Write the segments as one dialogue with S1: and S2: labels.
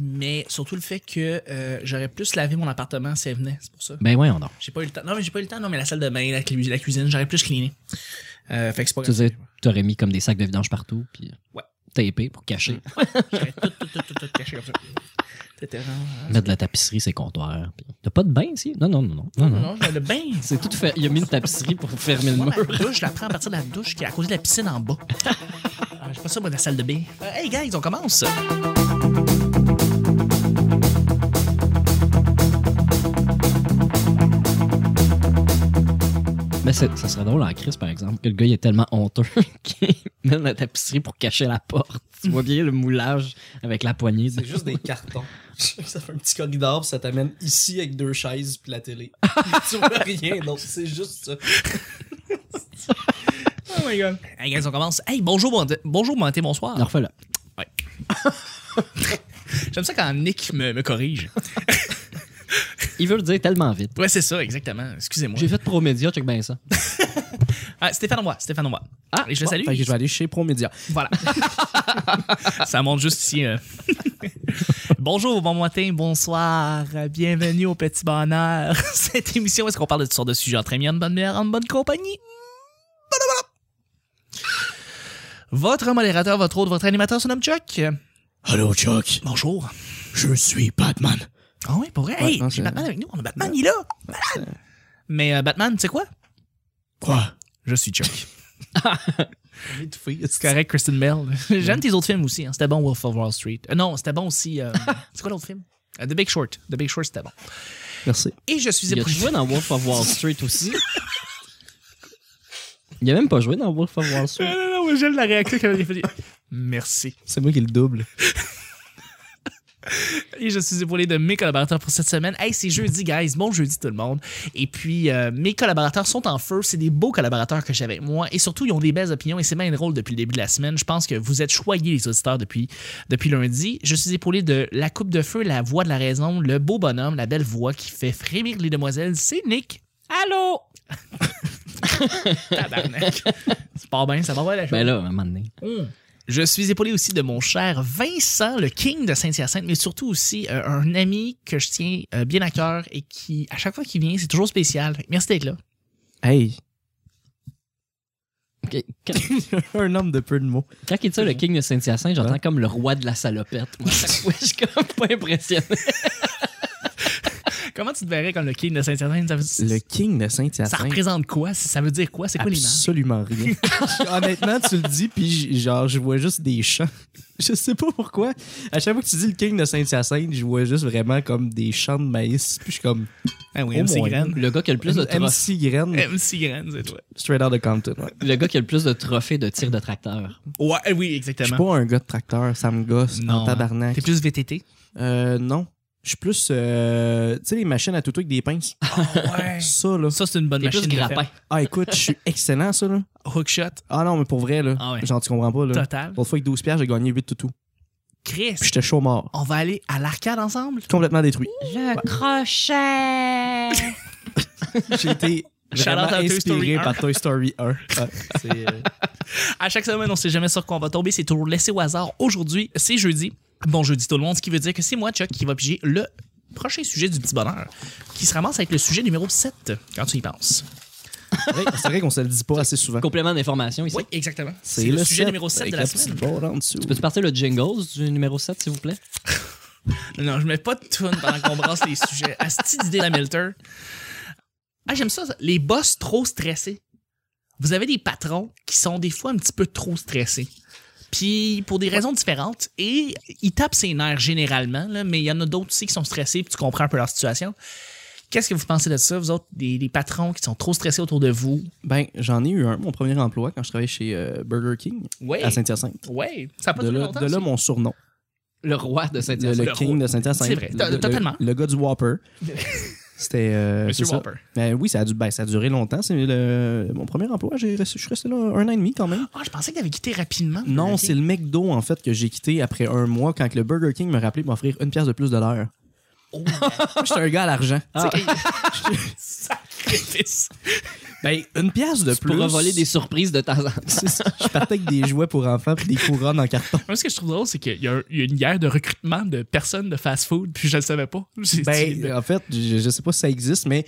S1: Mais surtout le fait que euh, j'aurais plus lavé mon appartement si elle venait, c'est pour ça.
S2: Ben voyons donc.
S1: J'ai pas eu le temps. Non, mais j'ai pas eu le temps, non, mais la salle de bain, la, cu- la cuisine, j'aurais plus cleané. Euh, fait que c'est pas
S2: Tu
S1: grave.
S2: sais, t'aurais mis comme des sacs de vidange partout, puis
S1: Ouais.
S2: tapé pour cacher.
S1: J'aurais tout, tout, tout, tout, tout caché comme ça. C'était vraiment.
S2: Mettre de la tapisserie sur les comptoirs. puis- T'as pas de bain ici? Non, non, non, non. non, non.
S1: Non, le bain.
S2: C'est tout fait. Il a mis une tapisserie pour fermer le
S1: Moi,
S2: mur.
S1: ma douche, je la prends à partir de la douche qui est à côté de la piscine en bas. Ah, J'ai pas ça, moi, de la salle de bain. Euh, hey, guys, on commence.
S2: Mais Ben, c'est- ça serait drôle en crise, par exemple, que le gars il est tellement honteux qu'il mène la tapisserie pour cacher la porte. Tu vois bien le moulage avec la poignée.
S3: C'est juste des cartons. ça fait un petit corridor, puis ça t'amène ici avec deux chaises puis la télé. tu vois rien, donc c'est juste ça.
S1: Oh my god. Hey, guys, on commence. Hey, bonjour, bon, bonjour, bon été, bonsoir.
S2: Alors, refais-le.
S1: J'aime ça quand Nick me, me corrige.
S2: Il veut le dire tellement vite.
S1: Ouais, c'est ça, exactement. Excusez-moi.
S2: J'ai fait Promédia, check bien ça.
S1: Ah, Stéphane Roy, Stéphane Roy.
S2: Ah,
S1: Et je le salue.
S3: Fait que je vais aller chez Promédia.
S1: Voilà. ça monte juste ici. euh. Bonjour, bon matin, bonsoir, bienvenue au Petit Bonheur. Cette émission, où est-ce qu'on parle de toutes sortes de sujets entre amis, en bonne mère, en bonne compagnie? Voilà, voilà. Votre modérateur, votre hôte, votre animateur se nomme Chuck.
S3: Allô, Chuck.
S1: Bonjour.
S3: Je suis Batman.
S1: Ah oui, pour vrai? Hey,
S3: Batman,
S1: j'ai
S3: c'est-
S1: Batman avec nous. On a Batman, il est là. Malade. Mais euh, Batman, tu sais quoi?
S3: Quoi?
S1: Je suis Chuck.
S3: C'est
S1: C'est correct, Kristen Bell. J'aime tes autres films aussi. hein. C'était bon, Wolf of Wall Street. Euh, non, c'était bon aussi. euh, c'est quoi l'autre film? Euh, The Big Short. The Big Short, c'était bon.
S3: Merci.
S1: Et je suis
S2: Il a
S1: éprouvé.
S2: joué dans Wolf of Wall Street aussi. Il a même pas joué dans Wolf of Wall Street.
S1: non, non, j'aime la réaction qu'elle avait fait. Merci.
S3: C'est moi qui le double.
S1: Et je suis épaulé de mes collaborateurs pour cette semaine. Hey, c'est jeudi, guys. Bon jeudi, tout le monde. Et puis, euh, mes collaborateurs sont en feu. C'est des beaux collaborateurs que j'avais avec moi. Et surtout, ils ont des belles opinions. Et c'est bien drôle depuis le début de la semaine. Je pense que vous êtes choyés, les auditeurs, depuis, depuis lundi. Je suis épaulé de la coupe de feu, la voix de la raison, le beau bonhomme, la belle voix qui fait frémir les demoiselles. C'est Nick. Allô? Tabarnak. C'est pas bien, ça va pas la chose.
S2: Ben là, à un moment donné.
S1: Je suis épaulé aussi de mon cher Vincent, le king de Saint-Hyacinthe, mais surtout aussi euh, un ami que je tiens euh, bien à cœur et qui, à chaque fois qu'il vient, c'est toujours spécial. Merci d'être là.
S3: Hey.
S2: Ok, Quand,
S3: un homme de peu de mots.
S2: quand il dit ça, le king de Saint-Hyacinthe, j'entends comme le roi de la salopette. Moi, à chaque fois, je suis comme pas impressionné.
S1: Comment tu te verrais comme le king de Saint-Hyacinthe? Ça, veut-
S3: Le king de
S1: ça
S3: Saint-Hyacinthe.
S1: représente quoi? Ça veut dire quoi? C'est quoi l'image?
S3: Absolument rien. Honnêtement, tu le dis, puis j- genre, je vois juste des champs. Je sais pas pourquoi. À chaque fois que tu dis le king de Saint-Hyacinthe, je vois juste vraiment comme des champs de maïs. Puis je suis comme
S1: Ah oui,
S3: Au
S1: MC
S3: moins.
S1: Graine.
S2: Le gars qui a le plus de trophées.
S3: MC Graine,
S1: MC Graine, c'est toi.
S3: straight out of Compton. ouais.
S2: Le gars qui a le plus de trophées de tir de tracteur.
S1: Ouais, euh, oui,
S3: Je suis
S1: exactement.
S3: pas un gars de tracteur, ça me gosse en tabarnak.
S1: hein. T'es plus VTT?
S3: Euh, non. Je suis plus. euh, tu sais, les machines à tout avec des pinces.
S1: Ah ouais.
S3: Ça, là.
S1: Ça, c'est une bonne
S2: T'es
S1: machine.
S2: plus
S1: de
S2: grappin.
S3: Ah, écoute, je suis excellent, à ça, là.
S1: faire. Hookshot,
S3: Ah non, mais pour vrai, là.
S1: Ah ouais.
S3: Genre, tu comprends pas, là.
S1: total.
S3: L'autre fois, avec 12 pierres, j'ai gagné 8 toutous.
S1: Chris,
S3: Puis j'étais chaud mort.
S1: on va aller à l'arcade ensemble?
S3: Complètement détruit.
S2: Le crochet.
S3: J'ai été
S1: Shout-out
S3: vraiment
S1: à Toy Story
S3: inspiré
S1: 1.
S3: par Toy Story 1. Ouais, c'est, euh,
S1: À chaque semaine, on sait jamais sur quoi on va tomber. C'est toujours laissé au hasard. Aujourd'hui, c'est jeudi. Bon jeudi tout le monde, ce qui veut dire que c'est moi, Chuck, qui va piger le prochain sujet du petit bonheur, qui se ramasse avec le sujet numéro 7, quand tu y penses.
S3: c'est vrai- c'est vrai qu'on se le dit pas assez souvent.
S2: Complément d'information ici.
S1: Oui, exactement. C'est le, sujet
S3: sept,
S1: numéro 7
S3: avec
S1: de la
S3: petite
S1: semaine.
S3: barre en dessous.
S2: Peux-tu partir le jingles du numéro 7, s'il vous plaît?
S1: Non, je mets pas de tune pendant qu'on brasse les sujets. Asti d'idée d'Hamilton. Ah, j'aime ça, ça. les boss trop stressés. Vous avez des patrons qui sont des fois un petit peu trop stressés. Puis pour des raisons différentes, et ils tapent ses nerfs généralement, là, mais il y en a d'autres aussi qui sont stressés, puis tu comprends un peu leur situation. Qu'est-ce que vous pensez de ça, vous autres, des, des patrons qui sont trop stressés autour de vous?
S3: Ben, j'en ai eu un, mon premier emploi, quand je travaillais chez euh, Burger King
S1: Oui.
S3: à Saint-Hyacinthe.
S1: Ouais, ça n'a pas
S3: De
S1: duré
S3: là,
S1: longtemps.
S3: de là
S1: ça.
S3: mon surnom.
S2: Le roi de cette
S3: Le, le
S1: le
S3: King
S1: roi.
S3: de Saint-Hyacinthe.
S1: C'est vrai,
S3: Le-
S1: to-
S3: le-
S1: totalement.
S3: Le, gars du Whopper. C'était. euh,
S1: Monsieur
S3: c'est ça.
S1: Whopper.
S3: Ben oui, ça a, dû, ben, ça a duré longtemps. C'est le- mon premier emploi. j'ai resté- je suis resté là un an et demi quand même.
S1: Ah, je pensais que t'avais quitté rapidement.
S3: Non,
S1: Ok.
S3: c'est le McDo, en fait, que j'ai quitté après un mois quand le Burger King me rappelait m'offrir une pièce de plus de l'heure.
S1: Oh,
S3: Moi, j'étais un gars à l'argent.
S2: Ah.
S3: Tu sais,
S1: Sacré. sacrifice.
S3: Ben, une pièce de
S2: Tu
S3: plus.
S2: pourras voler des surprises de temps en temps.
S3: C'est ça. Je partais avec des jouets pour enfants puis des couronnes en carton.
S1: Moi, ce que je trouve drôle, c'est qu'il y, a un- il y a une guerre de recrutement de personnes de fast-food, puis je le savais pas. J'ai-
S3: Ben, en fait, je, je sais pas si ça existe, mais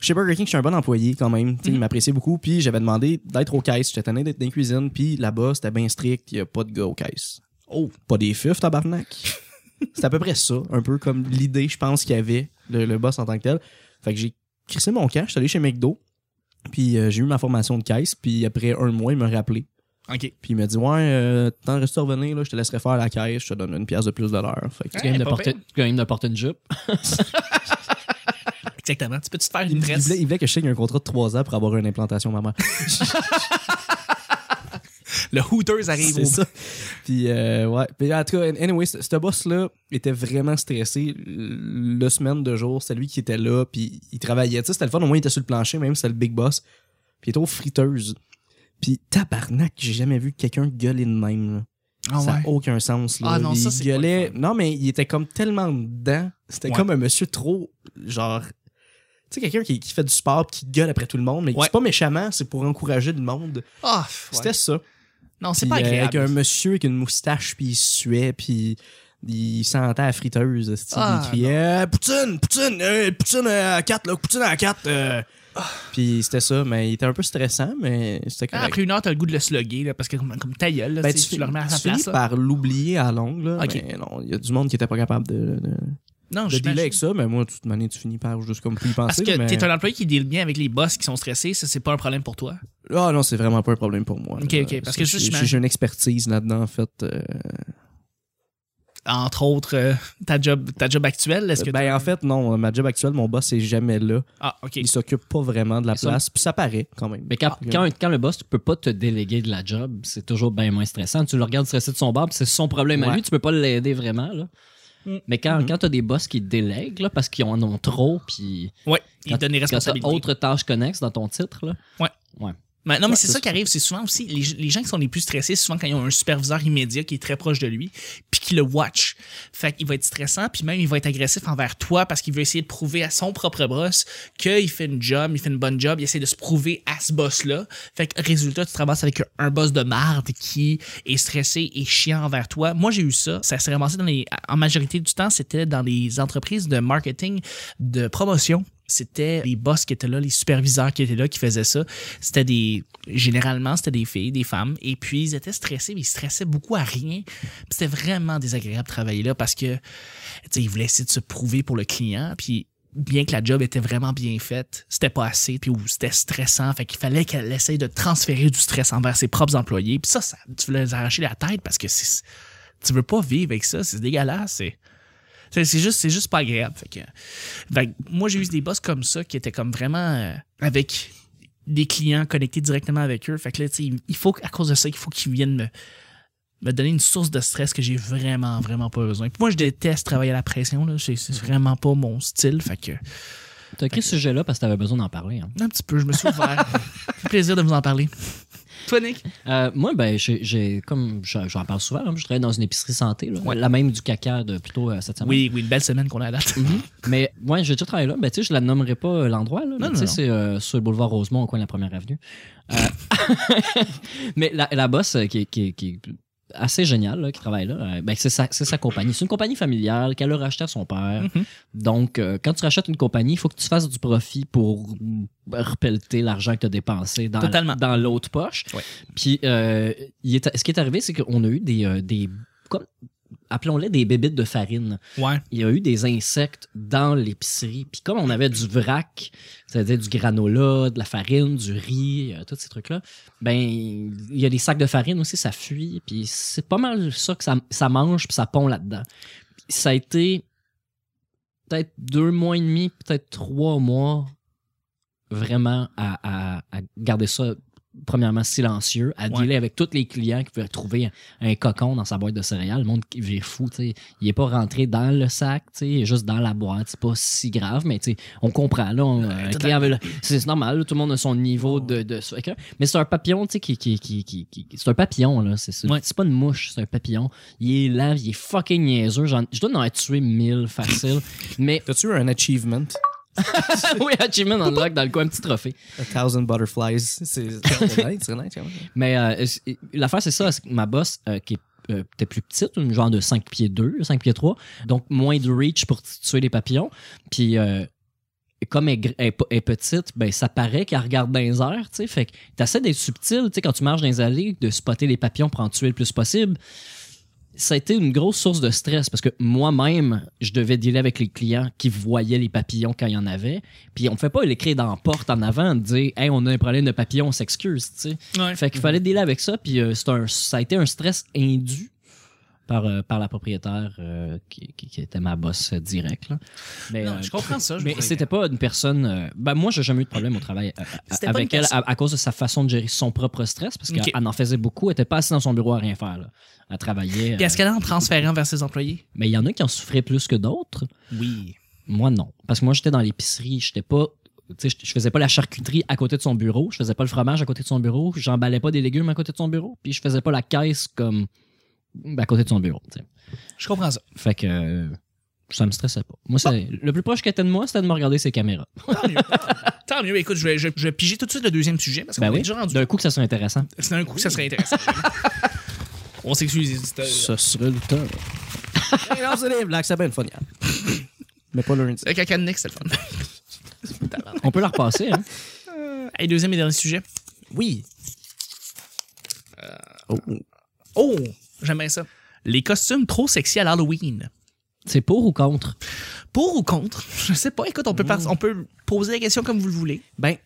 S3: chez Burger King, je suis un bon employé quand même. Tu sais, Ils m'appréciaient beaucoup. Puis j'avais demandé d'être aux caisses. J'étais tanné d'être dans la cuisine. Puis là-bas, c'était bien strict. Il n'y a pas de gars aux caisses.
S1: oh,
S3: Pas des fifs, tabarnak. C'est à peu près ça. Un peu comme l'idée, je pense, qu'il y avait le, le boss en tant que tel. Fait que j'ai crissé mon cash. J'étais allé chez McDo. Puis euh, j'ai eu ma formation de caisse. Puis après un mois, il m'a rappelé.
S1: ok.
S3: Puis il m'a dit Ouais, euh, t'en restes à revenir. Là, je te laisserai faire la caisse. Je te donne une pièce de plus de l'heure. Fait que
S2: Tu
S1: Ouais,
S2: gagnes de
S1: pas
S2: porter-
S1: pire.
S2: tu gagnes de porter une jupe.
S1: Exactement. Tu peux-tu te faire
S3: Il,
S1: une
S3: me- il
S1: tresse?
S3: voulait, il voulait que je signe un contrat de 3 ans pour avoir une implantation maman.
S1: Le Hooters arrive
S3: C'est
S1: au
S3: ça. Puis, euh, ouais. Puis, en tout cas, anyway, ce ce boss-là était vraiment stressé. Le semaine de jour, c'était lui qui était là, puis il travaillait. Tu sais, c'était le fun, au moins, il était sur le plancher, même si c'était le big boss. Puis, il était aux friteuses. Puis, tabarnak, j'ai jamais vu quelqu'un gueuler de même, là.
S1: Ah
S3: ça
S1: ouais.
S3: n'a aucun sens. Là.
S1: Ah non,
S3: il
S1: ça, c'est
S3: gueulait.
S1: pas
S3: Non, mais il était comme tellement dedans. C'était
S1: Ouais.
S3: comme un monsieur trop, genre. Tu sais, quelqu'un qui, qui fait du sport pis qui gueule après tout le monde, mais
S1: Ouais.
S3: c'est pas méchamment, c'est pour encourager le monde.
S1: Ah, pff, ouais.
S3: C'était ça.
S1: Non, c'est
S3: Puis,
S1: pas
S3: euh,
S1: agréable.
S3: Avec un monsieur avec une moustache, puis il suait, puis il sentait la friteuse. esti.
S1: Ah,
S3: il criait Eh, Poutine, Poutine, euh, Poutine euh, à 4, là, Poutine à 4. Puis c'était ça, mais il était un peu stressant, mais c'était
S1: Ah,
S3: correct.
S1: Après une heure, t'as le goût de le slugger, là, parce que comme, comme ta gueule, là,
S3: Ben,
S1: tu, sais, tu
S3: finis-
S1: le remets à sa
S3: tu finis
S1: place. là.
S3: par l'oublier à longue, là.
S1: Ok.
S3: Mais non, il y a du monde qui était pas capable de, de,
S1: Non,
S3: de
S1: je
S3: dealer avec ça, mais moi, de toute manière, tu finis par juste comme plus y
S1: Parce
S3: penser.
S1: que
S3: mais-
S1: t'es un employé qui deal bien avec les boss qui sont stressés, ça, c'est pas un problème pour toi.
S3: Ah non, c'est vraiment pas un problème pour moi.
S1: Ok,
S3: là.
S1: ok, parce
S3: C'est-
S1: que
S3: j'ai-
S1: justement-
S3: J'ai une expertise là-dedans, en fait. euh,
S1: Entre autres, euh, ta, job, ta job actuelle, est-ce que.
S3: Ben, en fait, non, ma job actuelle, mon boss est jamais là.
S1: Ah, ok.
S3: Il s'occupe pas vraiment de la
S2: Ça-
S3: place, puis ça paraît quand même.
S2: Mais quand, quand, quand le boss, tu peux pas te déléguer de la job, c'est toujours bien moins stressant. Tu le regardes stresser de son bar, puis c'est son problème à
S3: Ouais.
S2: lui, tu peux pas l'aider vraiment. Là.
S1: Mm.
S2: Mais quand, quand tu as des boss qui te délèguent, là, parce qu'ils en ont trop, puis
S1: Ouais, il
S2: quand-
S1: donne des
S2: quand tu
S1: responsabilités.
S2: autre tâche connexe dans ton titre, là,
S1: Mais non, mais
S2: Ouais,
S1: c'est
S2: c'est
S1: ça qui arrive. C'est souvent aussi, les, les gens qui sont les plus stressés, c'est souvent quand ils ont un superviseur immédiat qui est très proche de lui, puis qui le watch. Fait qu'il va être stressant, puis même il va être agressif envers toi parce qu'il veut essayer de prouver à son propre boss qu'il fait une job, il fait une bonne job, il essaie de se prouver à ce boss-là. Fait que résultat, tu te ramasses avec un boss de marde qui est stressé et chiant envers toi. Moi, j'ai eu ça. Ça s'est ramassé dans les, en majorité du temps, c'était dans les entreprises de marketing, de promotion. C'était les boss qui étaient là, les superviseurs qui étaient là, qui faisaient ça. C'était des. Généralement, c'était des filles, des femmes. Et puis, ils étaient stressés, mais ils stressaient beaucoup à rien. Puis c'était vraiment désagréable de travailler là parce que, tu sais, ils voulaient essayer de se prouver pour le client. Puis, bien que la job était vraiment bien faite, c'était pas assez. Puis, ou c'était stressant. Fait qu'il fallait qu'elle essaye de transférer du stress envers ses propres employés. Puis ça, ça tu voulais les arracher la tête parce que c'est- tu veux pas vivre avec ça. C'est dégueulasse. C'est. C'est c'est juste, c'est juste pas agréable. Fait que- fait que moi, j'ai eu des boss comme ça qui étaient comme vraiment euh, avec des clients connectés directement avec eux. Fait que là, tu sais, il- il faut, à cause de ça, il faut qu'ils viennent me, me donner une source de stress que j'ai vraiment, vraiment pas besoin. Puis moi, je déteste travailler à la pression. là. C'est c'est vraiment pas mon style. Fait que,
S2: tu as écrit ce sujet-là parce que tu avais besoin d'en parler. hein.
S1: un petit peu, je me suis ouvert. C'est un plaisir de vous en parler. Toi, Nick?
S2: Euh, moi, ben, j'ai- j'ai, comme j'en j'en parle souvent, là, je travaille dans une épicerie santé, là,
S1: Ouais.
S2: la même du caca de plutôt euh, cette semaine.
S1: Oui, oui, une belle semaine qu'on a à date.
S2: Mhm. Mais moi, j'ai déjà travaillé là. Ben, tu sais, je la nommerai pas euh, l'endroit. Là, mais
S1: non,
S2: tu sais,
S1: non.
S2: c'est euh, sur le boulevard Rosemont, au coin de la première avenue. Euh, mais la, la boss euh, qui, est- qui est- qui est assez géniale, là, qui travaille là, euh, ben, c'est, sa, c'est sa compagnie. C'est une compagnie familiale qu'elle a rachetée à son père.
S1: Mhm.
S2: Donc, euh, quand tu rachètes une compagnie, il faut que tu fasses du profit pour mm, repelleter l'argent que tu as dépensé dans,
S1: Totalement.
S2: dans l'autre poche.
S1: Ouais.
S2: Puis, euh, il est- ce qui est arrivé, c'est qu'on a eu des... euh, des comme- appelons-les des bébites de farine
S1: Ouais.
S2: il y a eu des insectes dans l'épicerie. Puis comme on avait du vrac, c'est-à-dire du granola, de la farine, du riz, euh, tous ces trucs-là, ben il y a des sacs de farine aussi, ça fuit. Puis c'est pas mal ça que ça, ça mange puis ça pond là-dedans. Puis Ça a été peut-être deux mois et demi, peut-être trois mois vraiment à, à- à garder ça premièrement silencieux, à
S1: Ouais.
S2: dealer avec tous les clients qui pouvaient trouver un, un cocon dans sa boîte de céréales. Le monde qui vire fou, tu sais il est pas rentré dans le sac, tu sais, il est juste dans la boîte. C'est pas si grave, mais tu sais, on comprend. Là, on- un
S1: totalement.
S2: client veut le- c'est c'est normal, là, tout le monde a son niveau de, de- fait que- Mais c'est un papillon, tu sais, qui, qui, qui, qui- qui- c'est un papillon là. C'est c'est-
S1: Ouais.
S2: c'est pas une mouche, c'est un papillon. Il est lent, il est fucking niaiseux. J'en- je dois en avoir tué mille facile, mais
S3: T'as-tu eu un achievement?
S2: oui, Achievement Unlock dans le coin, un petit trophée.
S3: A Thousand Butterflies. C'est c'est nice, c'est nice quand même.
S2: Mais euh, c'est- l'affaire, c'est ça. c'est que ma boss, euh, qui est euh, peut-être plus petite, une genre de 5 pieds 2, 5 pieds 3, donc moins de reach pour t- tuer les papillons. Puis, euh, comme elle, gr- elle est pas- elle est petite, ben ça paraît qu'elle regarde dans les airs, tu sais. Fait que t'essaies d'être subtil, tu sais, quand tu marches dans les allées, de spotter les papillons pour en tuer le plus possible. Ça a été une grosse source de stress parce que moi-même, je devais dealer avec les clients qui voyaient les papillons quand il y en avait. Puis on ne fait pas l'écrire dans la porte en avant, de dire Hey, on a un problème de papillon, on s'excuse, tu sais.
S1: Ouais.
S2: Fait qu'il fallait dealer avec ça, puis euh, c'est un, ça a été un stress indu par, euh, par la propriétaire euh, qui, qui- qui était ma boss euh, direct. là. Mais,
S1: Non,
S2: euh,
S1: je comprends ça. je
S2: mais
S1: comprends.
S2: c'était pas une personne. euh, ben moi, j'ai jamais eu de problème au travail euh,
S1: C'était pas
S2: avec
S1: une
S2: elle à,
S1: personne-
S2: à cause de sa façon de gérer son propre stress, parce qu'elle
S1: Ok.
S2: elle en faisait beaucoup. Elle était pas assise dans son bureau à rien faire. Là. Elle travaillait.
S1: Puis
S2: euh,
S1: est-ce qu'elle est en transférant vers ses employés?
S2: mais il y en a qui en souffraient plus que d'autres.
S1: Oui.
S2: Moi, non. Parce que moi, j'étais dans l'épicerie. J'étais pas. Tu sais, je- je faisais pas la charcuterie à côté de son bureau. Je faisais pas le fromage à côté de son bureau. J'emballais pas des légumes à côté de son bureau. Puis je faisais pas la caisse comme ben, à côté de son bureau. tu sais.
S1: Je comprends ça.
S2: Fait que euh, ça me stressait pas. Moi, c'est le plus proche qu'elle était de moi, c'était de me regarder ses caméras.
S1: Tant mieux. Tant mieux. Écoute, je vais, je, je vais piger tout de suite le deuxième sujet parce qu'on
S2: Ben
S1: est
S2: oui.
S1: déjà rendu.
S2: D'un coup que ça soit intéressant.
S1: C'est un coup, ça serait intéressant. On s'excuse les éditeurs.
S3: serait le temps. hey, non, c'est les Black Sabbath Fun, Mais pas lundi.
S1: Le caca de Nick, c'est le fun.
S2: On peut la repasser. Hein?
S1: Hey, deuxième et dernier sujet.
S3: Oui.
S2: Euh,
S3: Oh.
S1: Oh, j'aimerais ça. Les costumes trop sexy à l'Halloween.
S2: C'est pour ou contre?
S1: Pour ou contre? Je sais pas. Écoute, on peut, par- on peut poser la question comme vous le voulez.
S3: Ben,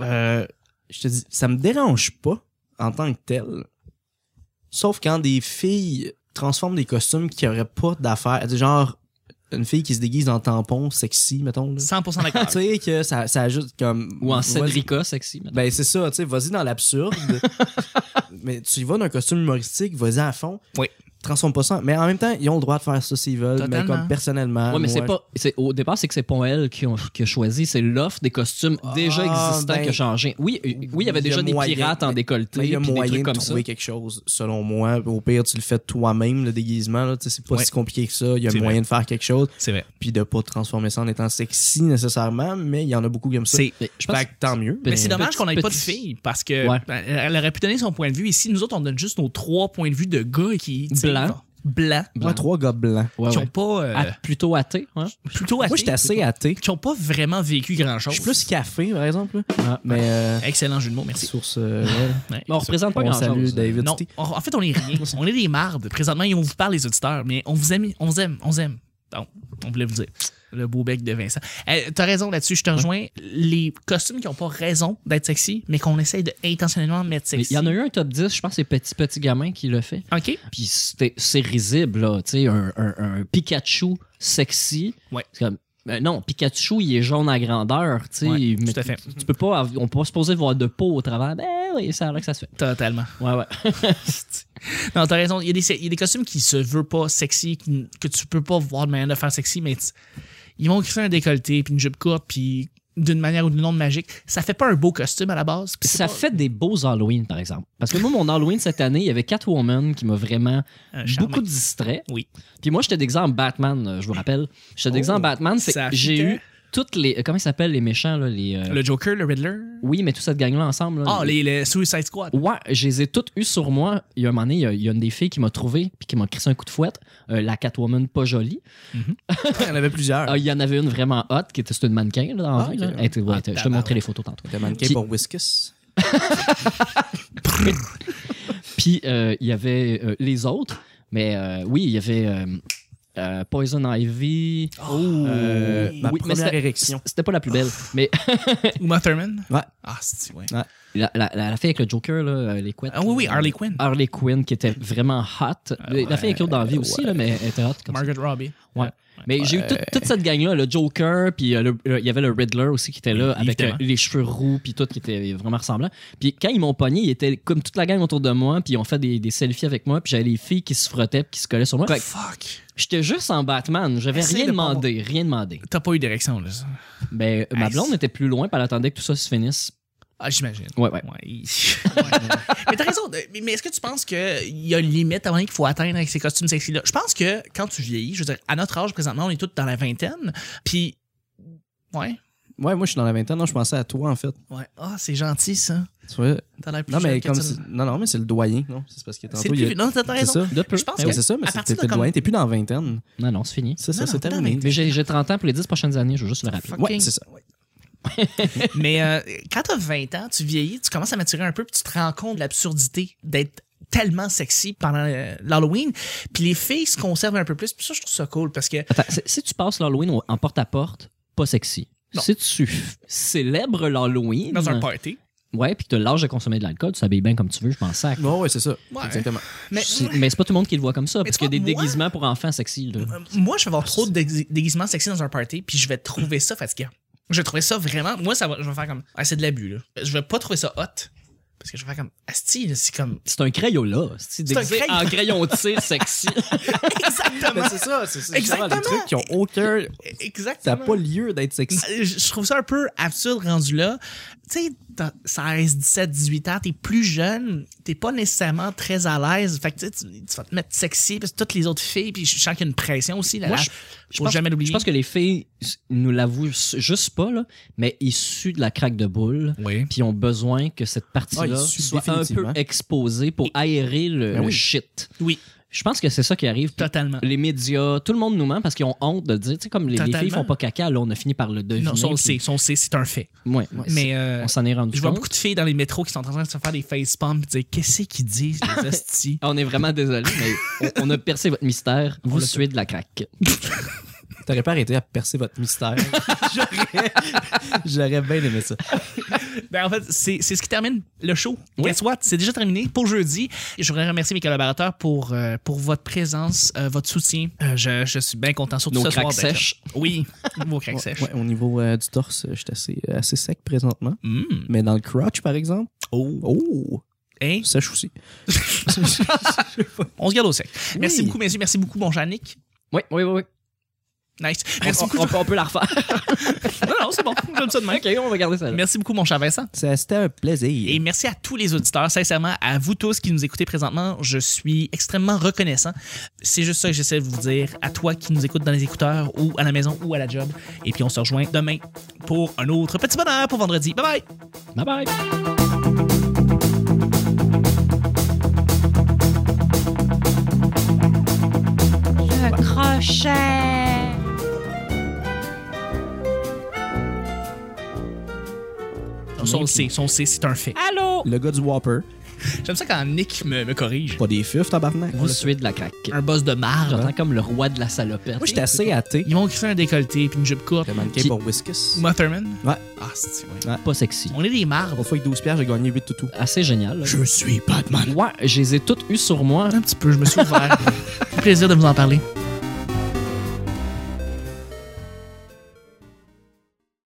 S3: euh, je te dis, ça me dérange pas en tant que tel. Sauf quand des filles transforment des costumes qui auraient pas d'affaires. Tu sais, Genre, une fille qui se déguise en tampon sexy, mettons. là.
S1: 100% d'accord.
S3: Tu sais, que ça, ça ajoute comme.
S2: Ah. Ou en
S3: Vas-y.
S2: Cédrica sexy. maintenant.
S3: Ben, c'est ça, tu sais, vas-y dans l'absurde. mais tu y vas d'un costume humoristique, vas-y à fond.
S1: Oui.
S3: Transforme pas ça. Mais en même temps, ils ont le droit de faire ça s'ils veulent.
S1: Totalement.
S3: Mais comme personnellement.
S2: Ouais, mais c'est
S3: moi,
S2: pas. c'est- au départ, c'est que c'est pas elle qui, ont- qui a choisi, c'est l'offre des costumes déjà
S3: Ah,
S2: existants
S3: ben,
S2: qui a changé. Oui, euh, oui, il y avait
S3: il y a
S2: déjà des
S3: moyen,
S2: pirates en
S3: mais-
S2: décolleté,
S3: Mais il y a
S2: puis des
S3: moyen
S2: trucs
S3: de
S2: comme ça.
S3: trouver quelque chose, selon moi. Au pire, tu le fais toi-même, le déguisement. là. Tu sais, C'est pas
S1: Ouais.
S3: si compliqué que ça. Il y a
S1: C'est
S3: moyen de faire quelque chose,
S1: C'est vrai.
S3: puis de pas transformer ça en étant sexy nécessairement, mais il y en a beaucoup comme ça.
S1: C'est.
S2: Mais je pense
S3: Fait que tant mieux.
S1: Mais c'est dommage
S2: Petit-
S1: qu'on n'ait pas de
S2: petit-
S1: fille parce que
S2: Ouais.
S1: ben, elle aurait pu donner son point de vue. Ici, nous autres, on donne juste nos trois points de vue de gars qui. tu sais,
S2: Blanc.
S1: bon, Blanc.
S3: Moi, trois gars blancs.
S2: Ouais,
S1: qui
S2: ouais.
S1: ont pas. euh,
S2: Ah, plutôt athée. Hein?
S1: plutôt
S3: Moi, j'étais assez athée.
S1: Qui ont pas vraiment vécu grand
S3: Je
S1: chose.
S3: suis plus café, par exemple. là.
S2: Ah,
S3: Mais euh,
S1: Excellent jeu de mots, merci.
S3: source. euh, ouais.
S1: Ouais.
S2: Mais on représente pas hein.
S3: On
S2: grand
S3: salue
S2: chose.
S3: David
S1: Non,
S3: City.
S1: on- en fait, on est rien. on est des mardes. Présentement, et on vous parle, les auditeurs, mais on vous aime, on vous aime, on vous aime. Donc, on voulait vous dire. Le beau bec de Vincent. Euh, T'as raison là-dessus, je te rejoins. Les costumes qui ont pas raison d'être sexy, mais qu'on essaye de intentionnellement mettre
S2: Mais
S1: sexy.
S2: Il y en a eu un top 10, je pense que c'est Petit Petit Gamin qui l'a fait.
S1: OK?
S2: Puis c'était- c'est risible, là. Tu sais, un, un- un Pikachu sexy.
S1: Ouais.
S2: C'est comme. ben non, Pikachu, il est jaune à grandeur, tu sais.
S1: Ouais,
S2: mais
S1: tout à fait.
S2: tu- Tu peux pas, av- on peut pas supposer voir de peau au travers. Ben oui, ça a l'air que ça se fait.
S1: Totalement.
S2: Ouais, ouais.
S1: Non, t'as raison. Il y, a des, il y a des costumes qui se veulent pas sexy, qui- que tu peux pas voir de manière de faire sexy, mais tu- ils vont créer un décolleté, puis une jupe courte, puis d'une manière ou d'une autre magique. Ça fait pas un beau costume à la base. puis c'est
S2: Ça
S1: pas
S2: fait des beaux Halloween, par exemple. Parce que moi, mon Halloween cette année, il y avait Catwoman qui m'a vraiment
S1: un Ah, charmant.
S2: beaucoup distrait.
S1: Oui.
S2: Puis moi, j'étais d'exemple Batman, euh, je vous rappelle. J'étais d'exemple
S1: Oh,
S2: Batman, c'est
S1: ça
S2: que j'ai
S1: fitait.
S2: eu toutes les. euh, Comment ils s'appellent les méchants, là les, euh,
S1: Le Joker, le Riddler.
S2: Oui, mais toute cette gang-là ensemble. là,
S1: Ah, les, les Suicide Squad.
S2: Ouais, je les ai toutes eues sur moi. Il y a un moment donné, il y a, il y a une des filles qui m'a trouvé puis qui m'a crissé un coup de fouette. Euh, la Catwoman pas jolie.
S3: Il y en avait plusieurs.
S2: Ah, il y en avait une vraiment hot qui était c'était une mannequin. Là, dans la
S3: Ah,
S2: vie,
S3: ok,
S2: là.
S3: ouais.
S2: Elle était- ouais,
S1: Ah,
S2: elle était- je te
S1: tabarnak.
S2: montrais les photos tantôt.
S3: T'as mannequin
S2: Qui-
S3: pour Whiskus.
S2: Puis euh, il y avait euh, les autres. Mais euh, oui, il y avait euh, euh, Poison Ivy.
S1: Oh,
S2: Euh,
S3: ma
S2: oui, mais
S3: première
S2: c'était-
S3: érection.
S2: C'était pas la plus
S1: Ah.
S2: belle. Mais
S1: Uma Thurman.
S3: Ouais.
S1: Ah, c'est ouais.
S2: la, la, la- la fille avec le Joker, là, euh, les couettes.
S1: Ah oui, oui, Harley Quinn. Ah
S2: Harley Quinn qui était vraiment hot. La fille est cute dans la vie aussi, là, mais elle était hot comme ça.
S1: Margaret Robbie.
S2: Ouais. Mais j'ai eu tout- toute cette gang-là, le Joker, puis euh, le- le- il y avait le Riddler aussi qui était là,
S1: Oui,
S2: avec euh,
S1: évidemment.
S2: les cheveux roux, puis tout, qui était vraiment ressemblant. Puis quand ils m'ont pogné, ils étaient comme toute la gang autour de moi, puis ils ont fait des, des selfies avec moi, puis j'avais les filles qui se frottaient, puis qui se collaient sur moi. Fait que
S1: Fuck.
S2: j'étais juste en Batman, j'avais
S1: Essaye
S2: rien
S1: de pas
S2: demandé, rien demandé.
S1: T'as pas eu d'érection, là. ça.
S2: Mais ma
S1: Nice.
S2: blonde était plus loin, puis elle attendait que tout ça se finisse.
S1: Ah, j'imagine.
S2: Ouais, ouais.
S1: Ouais. mais t'as raison. de- Mais, mais est-ce que tu penses qu'il y a une limite à un moment qu'il faut atteindre avec ces costumes sexy-là? Je pense que quand tu vieillis, je veux dire, à notre âge présentement, on est tous dans la vingtaine, puis. Ouais.
S3: Ouais, moi, je suis dans la vingtaine. Non, je pensais à toi, en fait.
S1: Ouais. Ah, c'est gentil, ça.
S3: Tu vois?
S1: T'as l'air plus
S3: Non, mais
S1: jeune que
S3: comme.
S1: tu-
S3: si- Non, non, mais c'est le doyen. Non, c'est parce que
S1: C'est
S3: tantôt,
S1: plus...
S3: il y a-
S1: Non, t'as t'as
S3: C'est
S1: raison.
S3: ça?
S2: De peu.
S1: Je pense
S2: Ben
S1: que
S3: Ouais, c'est ça, mais
S1: à
S3: c'est-
S1: partir
S3: t'es
S1: de
S3: t'es
S1: comme-
S3: doyen. T'es plus dans la vingtaine.
S2: Non, non, c'est fini.
S3: C'est
S1: Non,
S3: ça,
S1: non,
S3: c'est
S1: t'es dans la
S3: terminé.
S1: vingtaine.
S2: Mais j'ai j'ai 30 ans pour les 10 prochaines années, je veux juste le rappeler.
S3: Ouais, c'est ça.
S1: Mais euh, quand t'as 20 ans, tu vieillis, tu commences à maturer un peu, puis tu te rends compte de l'absurdité d'être tellement sexy pendant euh, l'Halloween. Puis les filles se conservent un peu plus. Puis ça, je trouve ça cool parce que
S2: Attends, si- si tu passes l'Halloween au- en porte-à-porte, pas sexy.
S1: Non.
S2: Si tu f- célèbres l'Halloween,
S1: dans un party.
S2: ouais, puis que t'as l'âge de consommer de l'alcool, tu t'habilles bien comme tu veux, je m'en sac.
S3: Ouais, ouais, c'est ça.
S1: Ouais.
S3: Exactement.
S1: Mais
S2: C'est- Mais c'est pas tout le monde qui le voit comme ça,
S1: Mais
S2: parce
S1: tu
S2: qu'il y a
S1: vois,
S2: des
S1: moi-
S2: déguisements pour enfants sexy. là.
S1: euh, moi, je vais avoir trop de dégui- déguisements sexy dans un party, puis je vais trouver ça fatigant. Je vais trouver ça vraiment. Moi, ça va, je vais faire comme. Ah, c'est de l'abus, là. Je vais pas trouver ça hot. Parce que je vais faire comme. Asti, là, c'est comme.
S2: C'est un crayon là. C'est
S1: C'est un
S2: déguisé
S1: crayon.
S2: en crayon de cire sexy.
S1: Exactement.
S3: Mais c'est ça, c'est ça. justement, Des
S1: Exactement.
S3: trucs qui ont aucun. Ça n'a
S1: Exactement.
S3: pas lieu d'être sexy.
S1: Je je trouve ça un peu absurde rendu là. Tu sais, t'as 16, 17, 18 ans, t'es plus jeune, t'es pas nécessairement très à l'aise. Fait que tu, sais, tu- tu vas te mettre sexy, parce que toutes les autres filles, puis je sens qu'il y a une pression aussi. Là,
S2: Moi,
S1: là,
S2: je-
S1: faut jamais l'oublier.
S2: Je pense que les filles s- nous l'avouent s- juste pas, là, mais issues de la craque de boule,
S1: Oui.
S2: puis ont besoin que cette
S3: Ah,
S2: partie-là
S3: issues,
S2: soit un peu
S3: définitivement.
S2: exposée pour aérer le,
S3: Ben
S2: le
S3: oui.
S2: shit.
S1: Oui,
S2: Je pense que c'est ça qui arrive.
S1: totalement.
S2: Les médias, tout le monde nous ment parce qu'ils ont honte de le dire, tu sais, comme les, les filles
S1: Totalement.
S2: font pas caca, là, on a fini par le deviner.
S1: Non, ça, on le sait,
S2: puis-
S1: ça, on le sait, c'est un fait.
S2: Ouais,
S1: Mais
S2: mais
S1: euh,
S2: on s'en est rendu
S1: je vois
S2: compte.
S1: beaucoup de filles dans les métros qui sont en train de se faire des facepalms et dire Qu'est-ce qu'ils disent, les hosties
S2: On est vraiment désolé, mais on, on a percé votre mystère. Vous suivez de la craque.
S3: T'aurais pas arrêté à percer votre mystère. J'aurais- J'aurais bien aimé ça.
S1: Ben, en fait, c'est c'est ce qui termine le show.
S2: Ouais.
S1: Guess what? C'est déjà terminé pour jeudi. Je voudrais remercier mes collaborateurs pour, euh, pour votre présence, euh, votre soutien. Euh, je, je suis bien content, surtout
S2: Nos
S1: ce soir.
S2: craques
S1: d'être
S2: sèches.
S1: là. Oui, vos craques sèches.
S3: Ouais, au niveau euh, du torse, je suis assez, euh, assez sec présentement.
S1: Mm.
S3: Mais dans le crotch, par exemple,
S1: Oh.
S3: oh,
S1: Hein?
S3: sèche aussi.
S1: On se garde au sec. Merci
S3: Oui.
S1: beaucoup, messieurs. Merci beaucoup, mon Jannick.
S2: Oui, oui, oui. oui.
S1: Nice. Merci
S2: on,
S1: beaucoup.
S2: on peut- on peut la refaire.
S1: Non, non, c'est bon. J'aime ça de même.
S2: ok, on va garder ça. là.
S1: Merci beaucoup, mon cher Vincent.
S3: Ça, C'était un plaisir.
S1: Et merci à tous les auditeurs, sincèrement, à vous tous qui nous écoutez présentement. Je suis extrêmement reconnaissant. C'est juste ça que j'essaie de vous dire à toi qui nous écoutes dans les écouteurs ou à la maison ou à la job. Et puis on se rejoint demain pour un autre petit bonheur pour vendredi. Bye bye!
S2: Bye bye.
S4: Le crochet.
S1: Ça, on le sait, ça, on le sait, c'est un fait.
S4: Allô?
S3: Le gars du Whopper,
S1: J'aime ça quand Nick me, me corrige.
S3: pas des fifs, tabarnak.
S2: Vous suivez de la craque.
S1: Un boss de marde.
S2: J'entends comme le roi de la salopette.
S3: Moi, j'étais assez hâté.
S1: Ils vont créer un décolleté puis une jupe courte.
S3: Le mannequin
S2: Qui-
S3: pour Whiskas.
S1: Mutterman?
S3: Ouais.
S1: Ah, c'est ouais.
S2: pas sexy.
S1: On est des mardes.
S3: Une fois avec 12 pierres, j'ai gagné 8 toutous.
S2: Assez génial. là.
S3: suis Batman.
S2: Ouais, je les ai toutes eues sur moi.
S1: Un petit peu, je me suis ouvert. plaisir de vous en parler.